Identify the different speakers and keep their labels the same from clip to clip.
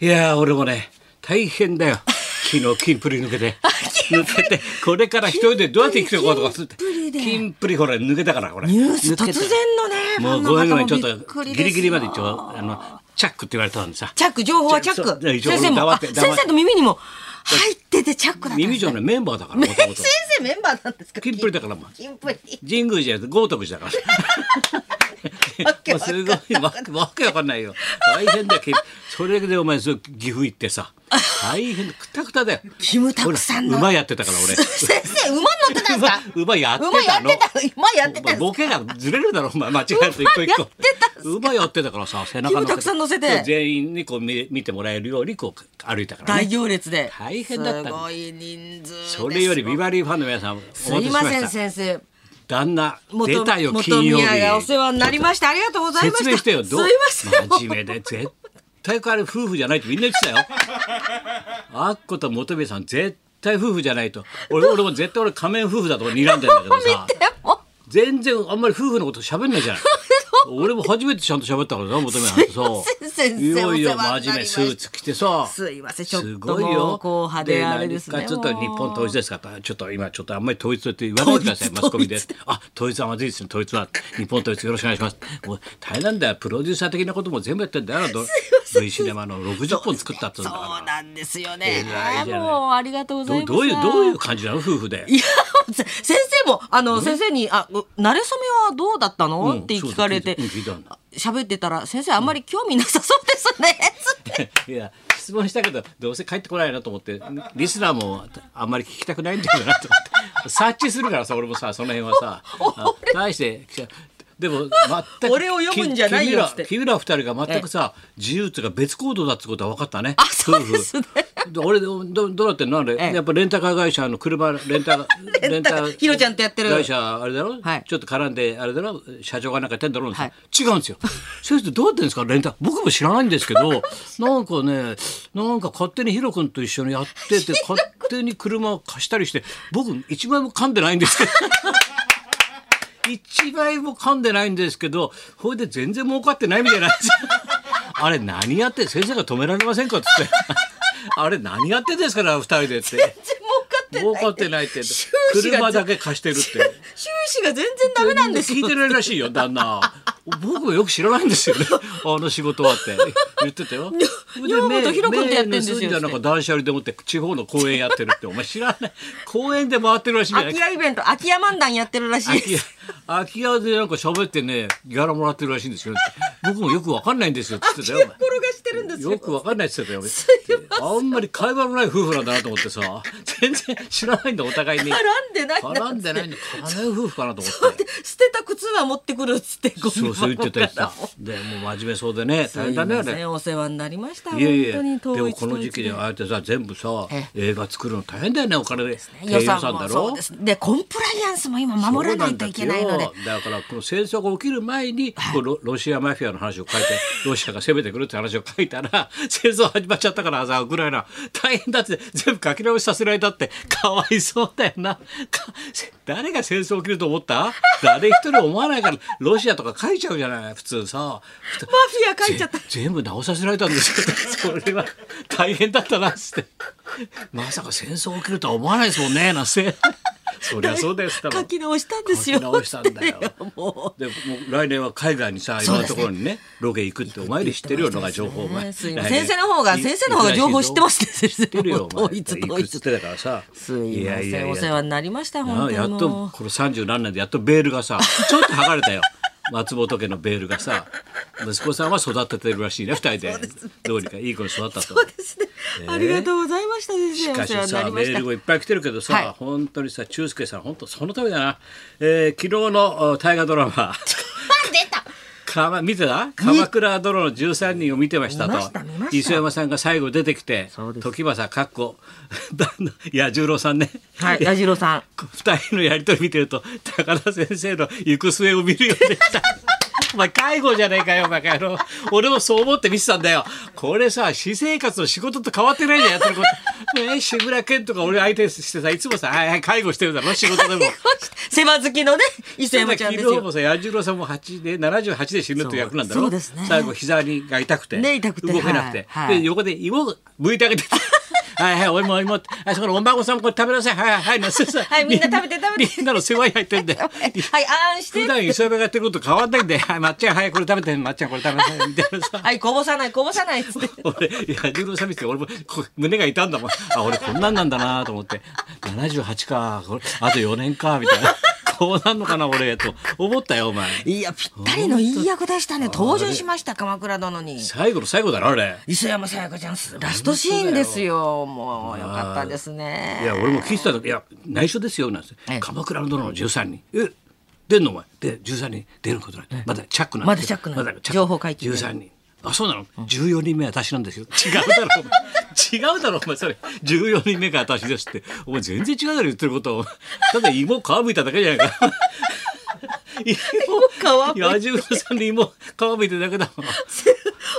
Speaker 1: いやー俺もね大変 だよ昨日キンプリ抜けて抜けてこれから一人でどうやって生きていこうとかするって
Speaker 2: キンプリで
Speaker 1: キンプリほら抜けたからこれ
Speaker 2: ニュース
Speaker 1: 抜けた
Speaker 2: 突然のね
Speaker 1: もう
Speaker 2: ファ
Speaker 1: ごめん
Speaker 2: ン
Speaker 1: ごめ
Speaker 2: の方
Speaker 1: ん
Speaker 2: も
Speaker 1: ちょっ
Speaker 2: び
Speaker 1: と
Speaker 2: っくりです
Speaker 1: ギ
Speaker 2: よ
Speaker 1: リギリまで一応あのチャックって言われたのにさ
Speaker 2: チャック情報はチャ
Speaker 1: そう
Speaker 2: ッ
Speaker 1: そう
Speaker 2: ク
Speaker 1: 一応
Speaker 2: 先生も
Speaker 1: 黙
Speaker 2: あ
Speaker 1: って
Speaker 2: 先
Speaker 1: 黙って
Speaker 2: 生の耳にも入っててチャックだったんです
Speaker 1: 耳じゃないメンバーだからもとも
Speaker 2: 先
Speaker 1: と
Speaker 2: 生メンバーなんですか
Speaker 1: キンプリだからもう
Speaker 2: キンプリ
Speaker 1: 神宮寺や豪徳寺だから
Speaker 2: わ け
Speaker 1: もう
Speaker 2: わか
Speaker 1: す
Speaker 2: ん
Speaker 1: ごいわけわけわかんないよ大変だよキンそれでお前そう岐阜行ってさ大変くたくただ よ
Speaker 2: キムタクさんの
Speaker 1: ほら馬やってたから俺
Speaker 2: 先生馬乗ってたんですか
Speaker 1: 馬馬やって
Speaker 2: 馬や
Speaker 1: た
Speaker 2: っ
Speaker 1: の
Speaker 2: てた馬やってたんです
Speaker 1: ボケがずれるだろお前間違えると一個一個馬やってたからさ背中
Speaker 2: キムタクさん乗せて
Speaker 1: 全員にこう見見てもらえるようにこう歩いたからね
Speaker 2: 大行列で
Speaker 1: 大変だったんです
Speaker 2: すごい人数です
Speaker 1: それよりビバリーファンの皆さんお待たせ
Speaker 2: すい
Speaker 1: し
Speaker 2: ま
Speaker 1: し
Speaker 2: せ
Speaker 1: た
Speaker 2: ん先生
Speaker 1: 旦那
Speaker 2: 元
Speaker 1: 出たよ
Speaker 2: 元
Speaker 1: 金曜日
Speaker 2: 宮がお世話になりましたありがとうございまし
Speaker 1: 説
Speaker 2: た
Speaker 1: 明してよどう
Speaker 2: すいません
Speaker 1: 真面目で絶対あれ夫婦じゃないってみんな言って たよあっこと元部さん絶対夫婦じゃないと俺俺も絶対俺仮面夫婦だと睨んでんだけどさ
Speaker 2: 見て もう
Speaker 1: 全然あんまり夫婦のこと喋んない じゃない俺も初めてちゃんと喋ったからな元部なんてさ
Speaker 2: すいません
Speaker 1: い
Speaker 2: 先生
Speaker 1: よいよ
Speaker 2: お世話になりまし
Speaker 1: 真
Speaker 2: た
Speaker 1: 面目スーツ着てさ
Speaker 2: すいませんちょっともう
Speaker 1: ごいよ
Speaker 2: こう派手あれですね
Speaker 1: 何かちょっと日本統一ですかちょっと今ちょっとあんまり統一って言わないでください
Speaker 2: 統
Speaker 1: マ
Speaker 2: 一
Speaker 1: スコミであ統一はまずいですね統一は日本統一よろしくお願いしますもう大変なんだよプロデューサー的なことも全部やってんだよあのど V シネマの60本作ったっつうん
Speaker 2: そ
Speaker 1: だ
Speaker 2: う
Speaker 1: か
Speaker 2: なんですよね
Speaker 1: 偉いじゃない
Speaker 2: もうありがとうござ
Speaker 1: ら
Speaker 2: い
Speaker 1: ど
Speaker 2: ま
Speaker 1: う
Speaker 2: す
Speaker 1: どういうどういう感じなの夫婦で
Speaker 2: いやせ先生もあの先生に「あう馴れ初めはどうだったの?」
Speaker 1: うん
Speaker 2: って聞かれて
Speaker 1: そうだ聞いたうん聞いた
Speaker 2: 喋ってたら「先生あんまり興味なさそうですね」つって
Speaker 1: いや質問したけどどうせ帰ってこないなと思ってリスナーもあんまり聞きたくないんだよなと思って察知するからさ俺もさその辺はさあ大してでも全く
Speaker 2: 俺を読むんじゃないよっつって
Speaker 1: き君ら君ら二人が全くさ自由っていうか別行動だってことは分かったね
Speaker 2: あそうですね
Speaker 1: 夫婦で俺どどどうなってんのあれ、
Speaker 2: ええ
Speaker 1: やっぱレンタカー会社の車レンタ
Speaker 2: レンタカーヒロちゃんとやってる
Speaker 1: 会社あれだろ、
Speaker 2: はい
Speaker 1: ちょっと絡んであれだろ社長がなんかやってんだろう、
Speaker 2: はい
Speaker 1: 違うん ですよ。先生どうやってんですかレンタ僕も知らないんですけどなんかねなんか勝手にヒロ君と一緒にやって て勝手に車を貸したりして僕一枚も噛んでないんですけど。一枚も噛んでないんですけどほいで全然儲かってないみたいなんですよ あれ何やって先生が止められませんかっつってあれ何やってんですから二人でって
Speaker 2: 全然儲かってない
Speaker 1: 儲かってないって
Speaker 2: 収支が
Speaker 1: 車だけ貸してるって。
Speaker 2: 収支が全然ダ メなんです
Speaker 1: 聞いてないらしいよ旦那僕もよく知らないん ですよねあの仕事はって言ってたよ
Speaker 2: 女房とヒロ君とやってんですよ
Speaker 1: 名名盗だなんか断捨離でもって地方の公園やってるってお前知らない公園で回ってるらしいじゃな
Speaker 2: 空
Speaker 1: い
Speaker 2: き家イベント空き家漫談やってるらしい
Speaker 1: 空き
Speaker 2: です
Speaker 1: 家空き家でなんか喋ってねギャラもらってるらしいんですよ僕もよくわかんないんですよって言ってた
Speaker 2: 転
Speaker 1: よ
Speaker 2: がしてるんですよ
Speaker 1: よくわかんないって言ってたよあんまり会話のない夫婦なんだなと思ってさ全然知らないんだお互い に
Speaker 2: 絡んでない
Speaker 1: 絡 んでない
Speaker 2: だ
Speaker 1: の金夫婦かなと思って。
Speaker 2: 捨てた靴は持ってくるっつって ゴミ
Speaker 1: そうそう言ってた言ってた
Speaker 2: 箱か。
Speaker 1: でもう真面目そうでね
Speaker 2: ら
Speaker 1: 大変だねあ
Speaker 2: すいませ
Speaker 1: れ。
Speaker 2: んお世話になりました
Speaker 1: いやいや
Speaker 2: 本当に
Speaker 1: で
Speaker 2: 統
Speaker 1: も
Speaker 2: 一
Speaker 1: この時期に
Speaker 2: 統一
Speaker 1: ああやってさ全部さ
Speaker 2: え
Speaker 1: 映画作るの大変だよねお金で低
Speaker 2: 予
Speaker 1: 予
Speaker 2: 算
Speaker 1: 算だ
Speaker 2: もそ
Speaker 1: ろ
Speaker 2: うですでコンプライアンスも今守らないといけないので
Speaker 1: そうなんだよだからこの戦争が起きる前にこうロロシアマフィアの話を書いて ロシアが攻めてくるって話を書いたら戦争始まっちゃったからさウクライナ大変だって全部書き直しさせられたってかわいそうだよなか誰が戦争起きると思った誰一人思わないからロシアとか書いちゃうじゃない普通さ
Speaker 2: マフィア書いちゃった
Speaker 1: ぜ全部直させられたんですよそれは大変だったなっつってまさか戦争起きるとは思わないですもんねなん せそりゃそうです多分
Speaker 2: 書き直したんですよ
Speaker 1: 書き直したんだよ
Speaker 2: ってもう
Speaker 1: でもう来年は海外にさいろんなところにねロケ行くってお前より知ってるよのが情報お前
Speaker 2: ねすいま
Speaker 1: 来
Speaker 2: せ
Speaker 1: 年
Speaker 2: ん先生の方が
Speaker 1: い
Speaker 2: 先生の方が情報知ってますね先生
Speaker 1: 知ってる よお前
Speaker 2: 統一
Speaker 1: い
Speaker 2: 統
Speaker 1: くつ
Speaker 2: 一
Speaker 1: ってだからさ
Speaker 2: すいま
Speaker 1: や
Speaker 2: せ
Speaker 1: や
Speaker 2: ん
Speaker 1: や
Speaker 2: お世話になりました
Speaker 1: な
Speaker 2: 本
Speaker 1: あ
Speaker 2: 当
Speaker 1: や
Speaker 2: に
Speaker 1: っ
Speaker 2: も
Speaker 1: と
Speaker 2: う
Speaker 1: この三十何年でやっとベールがさちょっと剥がれたよ松本家のベールがさ息子さんは育ててるらしいね二人でどうにかいい子に育ったと
Speaker 2: そうですねありがとうございました
Speaker 1: し
Speaker 2: 先生
Speaker 1: か
Speaker 2: お世
Speaker 1: し
Speaker 2: 話にな
Speaker 1: さメ
Speaker 2: りまし
Speaker 1: ー
Speaker 2: た
Speaker 1: ルもいっぱい来てるけどさ、
Speaker 2: はい
Speaker 1: 本当にさ中介さん本当そのためだな、えー、昨日のお大河ドラマ
Speaker 2: 出た
Speaker 1: かま見てた鎌倉殿の13人を見てましたと
Speaker 2: 見ました見ました
Speaker 1: 磯山さんが最後出てきて
Speaker 2: そうです
Speaker 1: 時政かっこ旦那彌十郎さんね
Speaker 2: はい矢次郎さん
Speaker 1: 二人のやりとり見てると高田先生の行く末を見るようでした お前介護じゃねえかよお前あの俺もそう思って見てたんだよこれさ私生活の仕事と変わってないじゃんやってること ねえ志村けんとか俺相手してさいつもさ「はいはい介護してるだろ仕事でも」
Speaker 2: 世話好きのね伊勢山ちゃんです
Speaker 1: 昨日
Speaker 2: よ
Speaker 1: もさ彌十郎さんも8で78で死ぬっていう役なんだろ
Speaker 2: そうそうですね
Speaker 1: 最後膝にが痛くて
Speaker 2: ね痛くて
Speaker 1: 動けなくて、
Speaker 2: はいはい
Speaker 1: で横で芋を剥いてあげ ててはいはいお芋お芋ってあそこのお孫さんもこれ食べなさいはいはい はいなんてさ
Speaker 2: はいみんな食べて食べて
Speaker 1: みんなの世話に入ってんで
Speaker 2: はいあんし
Speaker 1: 普
Speaker 2: て
Speaker 1: 段磯山がやってること変わんないんで「はいまっちゃんはいこれ食べてまっちゃんこれ食べなさい」みたいなさ
Speaker 2: はいこぼさないこぼさないっつって
Speaker 1: 俺彌十郎さん見てて俺もこう胸が痛んだもんあ俺こんなんなんだなと思って78かこれあと4年かみたいなこうなんのかな俺と思ったよお前。
Speaker 2: いやぴったりのいい役でしたね登場しました鎌倉殿に
Speaker 1: 最後の最後だろあれ
Speaker 2: 磯山さやかちゃんラストシーンですよもうよかったですね
Speaker 1: いや俺も聞いてた時「いや内緒ですよ」なんて
Speaker 2: ええ
Speaker 1: 鎌倉殿の13人」え出んのお前で13人出ることないまだチャックなん
Speaker 2: まだチャックなんだ情報解禁で
Speaker 1: 13人あそうなの、14人目私なんですよ違うだろお前違うだろお前それ14人目が私ですってお前全然違うだろ言ってることただ芋皮むいただけじゃない か 芋
Speaker 2: 皮むいた
Speaker 1: 彌十郎さんの芋皮むいてるだけだもん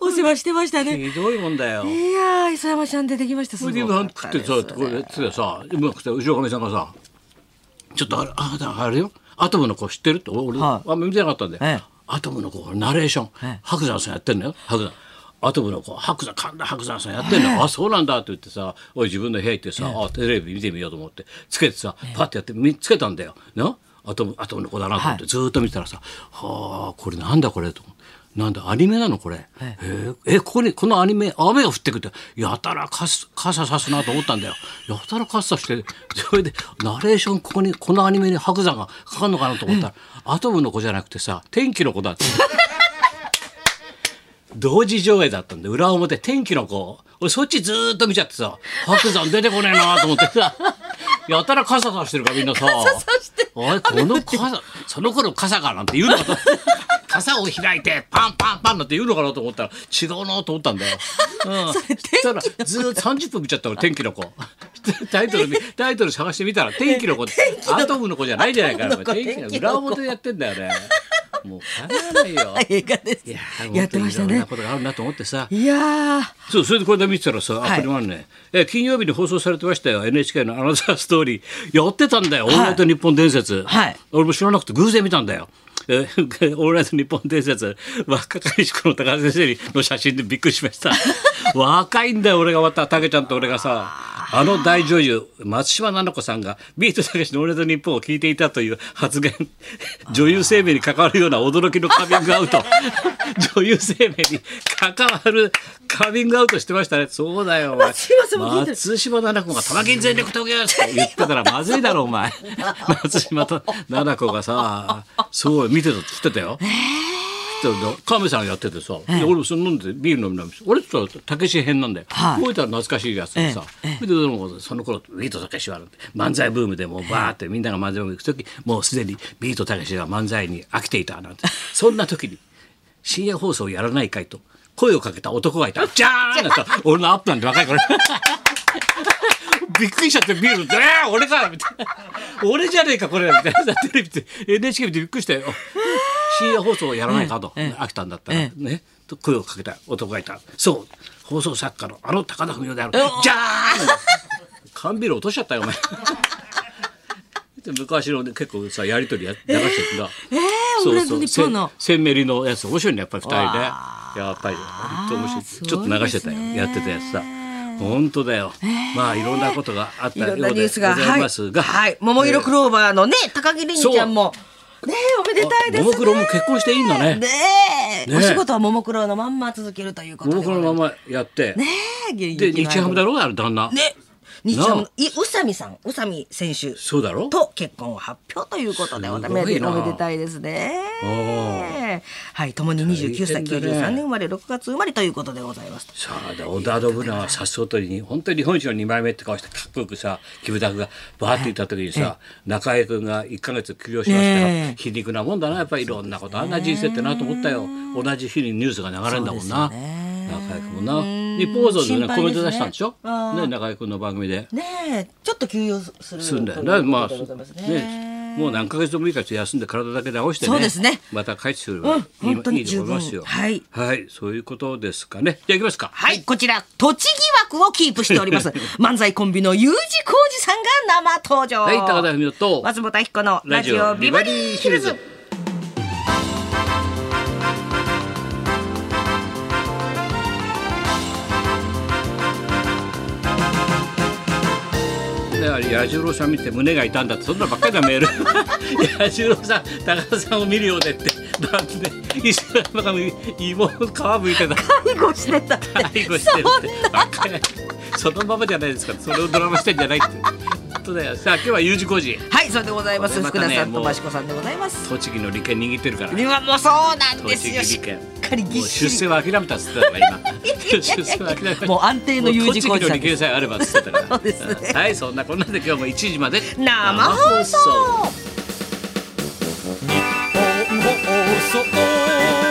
Speaker 2: お世話してましたね
Speaker 1: ひどいもんだよ
Speaker 2: いやー磯山ちゃん出てきましたす
Speaker 1: そ
Speaker 2: ご
Speaker 1: れ
Speaker 2: か
Speaker 1: で飯
Speaker 2: った
Speaker 1: 食っ
Speaker 2: で
Speaker 1: てさ
Speaker 2: す
Speaker 1: これやっててさうまくて後ろかみさんがさ「ちょっとあれあだあれよアトムの子知ってる?」って俺、俺
Speaker 2: は
Speaker 1: あんま見てなかったんで、
Speaker 2: ええ
Speaker 1: アトムの子ナレーション、
Speaker 2: ええ
Speaker 1: 白山さんやってんのよ白山アトムの子白山神田白山さんやってんの、あそうなんだって言ってさおい自分の部屋行ってさ、あテレビ見てみようと思ってつけてさパッてやって見つけたんだよなアトムアトムの子だなと思って、
Speaker 2: は
Speaker 1: ずーっと見てたらさ「はあこれなんだこれ」と思って。なんだアニメなのこれ、
Speaker 2: え
Speaker 1: ええここにこのアニメ雨が降ってくってやたらかす傘さすなと思ったんだよやたら傘してそれでナレーションここにこのアニメに白山がかかるのかなと思ったら、アトムの子じゃなくてさ天気の子だって同時上映だったんで裏表天気の子俺そっちずーっと見ちゃってさ白山出てこねえなと思って さやたら傘さしてるからみんなさ
Speaker 2: そして
Speaker 1: おいこの傘その頃傘かなんて言うの かと傘を開いてパンパンパンなんて言うのかなと思ったら違うなと思ったんだよ。うん、そしたらずーっと30分見ちゃったの天気の子。タイトル見タイトル探してみたら天気の子ってアトムの子じゃないじゃないか
Speaker 2: アトムの子
Speaker 1: 天気の
Speaker 2: 天
Speaker 1: 子
Speaker 2: 気
Speaker 1: 裏
Speaker 2: の子
Speaker 1: 表でやってんだよね。もう帰らないよ。
Speaker 2: 映画です
Speaker 1: いやー
Speaker 2: やってました
Speaker 1: 本当にいろん
Speaker 2: ね
Speaker 1: なことがあるなと思ってさ。
Speaker 2: いやー
Speaker 1: そう、それでこれで見てたらさ、
Speaker 2: は
Speaker 1: あ、
Speaker 2: い
Speaker 1: これもあるね。え、金曜日に放送されてましたよ。NHK のアナザーストーリー。やってたんだよ。オールナイト日本伝説。
Speaker 2: はい
Speaker 1: 俺も知らなくて偶然見たんだよ。え オールナイト日本伝説。若かりしこの高橋先生の写真でびっくりしま した。若いんだよ、俺がまた、たけちゃんと俺がさ。あの大女優、松島菜々子さんが、ビートたけしのオールナイト日本を聞いていたという発言。女優生命に関わるような驚きのカミングアウ ト。女優生命に関わるカミングアウトしてましたね。そうだよ、お前
Speaker 2: 松島さんも聞いてる
Speaker 1: 松島奈々子が玉金全力投球って言ってたらまずいだろお 前松島と奈々子がさそう見てたって言ってたよ、え亀さんやっててさ、で俺もそれ飲んでビール飲みながら俺ちょっとたけし編なんだよ、
Speaker 2: はい
Speaker 1: 覚えたら懐かしいやつでさ、ででもその頃ビートたけしは漫才ブームでもうバーってみんなが漫才ブーム行く時もうすでにビートたけしが漫才に飽きていたなんてそんな時に深夜放送やらないかいと声をかけた男がいた。じゃーんなんか俺のアップなんて若いから。びっくりしちゃってビール飲んで、えー、俺かみたいな。俺じゃねえか、これみたいな。テレビで、NHK 見てびっくりしたよ。深夜放送をやらないかと、
Speaker 2: ええええ
Speaker 1: 飽きたんだったら、
Speaker 2: え
Speaker 1: ね、と声をかけた男がいた。そう、放送作家のあの高田文夫である。じゃーん缶ビール落としちゃったよ、お前。 で昔のね結構さやりとりや流してるんだ。ええ
Speaker 2: オムライト日本の
Speaker 1: せんめりのやつ面白いねやっぱり二人で
Speaker 2: わ
Speaker 1: やっぱり本当面白い
Speaker 2: すごい
Speaker 1: ちょっと流してたよ
Speaker 2: ですね
Speaker 1: やってたやつさ本当だよ、まあいろんなことがあった
Speaker 2: い
Speaker 1: よ
Speaker 2: ろ
Speaker 1: うんで
Speaker 2: なニュースが
Speaker 1: ございますが、
Speaker 2: はい、はい、桃色クローバーのね高木れにちゃんもねえおめでたいですね
Speaker 1: ももクロも結婚していいんだね
Speaker 2: ねえ
Speaker 1: ねえ
Speaker 2: お仕事はももクロのまんま続けるということで
Speaker 1: 僕のままやって、
Speaker 2: ねえ現
Speaker 1: で
Speaker 2: 役の間
Speaker 1: 日ハムだろあれ旦那、
Speaker 2: ね日ハム
Speaker 1: なあ
Speaker 2: のい宇佐美さん宇佐美選手
Speaker 1: そうだろ
Speaker 2: と結婚を発表ということでお
Speaker 1: す
Speaker 2: め
Speaker 1: ごい
Speaker 2: で
Speaker 1: な
Speaker 2: おめでたいですねはいともに29歳
Speaker 1: 大変だね
Speaker 2: 93年生まれ6月生まれということでございます
Speaker 1: さあで織田信長はさっそうとに本当に日本一の2枚目って顔してかっこよくさキムタクがバーっていった時にさ、中江君が1か月休養しましたら、
Speaker 2: ねえ
Speaker 1: 皮肉なもんだなやっぱりいろんなことあんな人生ってなと思ったよ同じ日にニュースが流れるんだもんな、
Speaker 2: そうですよね
Speaker 1: 中江君もな日本放送で、ね
Speaker 2: 心配ですね
Speaker 1: コメント出したんでしょ、
Speaker 2: あー
Speaker 1: ね、中江君の番組で。
Speaker 2: ねえちょっと休養する
Speaker 1: するんだよね。まあ、
Speaker 2: ということでございますね
Speaker 1: もう何ヶ月でもいいからちょっと休んで体だけ直してね
Speaker 2: そうですね
Speaker 1: また帰ってくればいい,、
Speaker 2: うん本当に
Speaker 1: いいと思いますよ
Speaker 2: 十分はい
Speaker 1: そういうことですかねじゃあいきますか
Speaker 2: はい、こちら、栃木枠をキープしており ます。漫才コンビの U 字工事さんが生登場。
Speaker 1: はい高田文夫と
Speaker 2: 松本彦のラジオビバリーヒルズ。
Speaker 1: だから彌十郎さん見て胸が痛んだってそんなばっかりなメー ル彌十郎さん高田さんを見るようでってなんで石原の中に芋の皮むいてた
Speaker 2: 介護してた って。
Speaker 1: 介護してるって
Speaker 2: そん
Speaker 1: ばっかりそのままじゃないですかそれをドラマしてんじゃないって本当だよさあ今日は U 字工事
Speaker 2: はい、それでございます。
Speaker 1: これま
Speaker 2: 福
Speaker 1: たね
Speaker 2: 田さん
Speaker 1: も
Speaker 2: と
Speaker 1: う
Speaker 2: 益子さんでございます。
Speaker 1: 栃木の利権握ってるから
Speaker 2: いや、もうそうなんです
Speaker 1: 栃
Speaker 2: よ。
Speaker 1: 木
Speaker 2: し
Speaker 1: 利権
Speaker 2: っかりぎ
Speaker 1: も
Speaker 2: っ
Speaker 1: う
Speaker 2: し
Speaker 1: 出
Speaker 2: り。
Speaker 1: 世は諦めたっつってた から今出世は諦めた
Speaker 2: もう安定の U 字工
Speaker 1: もう
Speaker 2: 事
Speaker 1: 栃木の利
Speaker 2: さんで
Speaker 1: 権さえあればっつってたから
Speaker 2: そうですね
Speaker 1: はいそんなこんなで今日も1時まで
Speaker 2: 生放送。
Speaker 1: 放送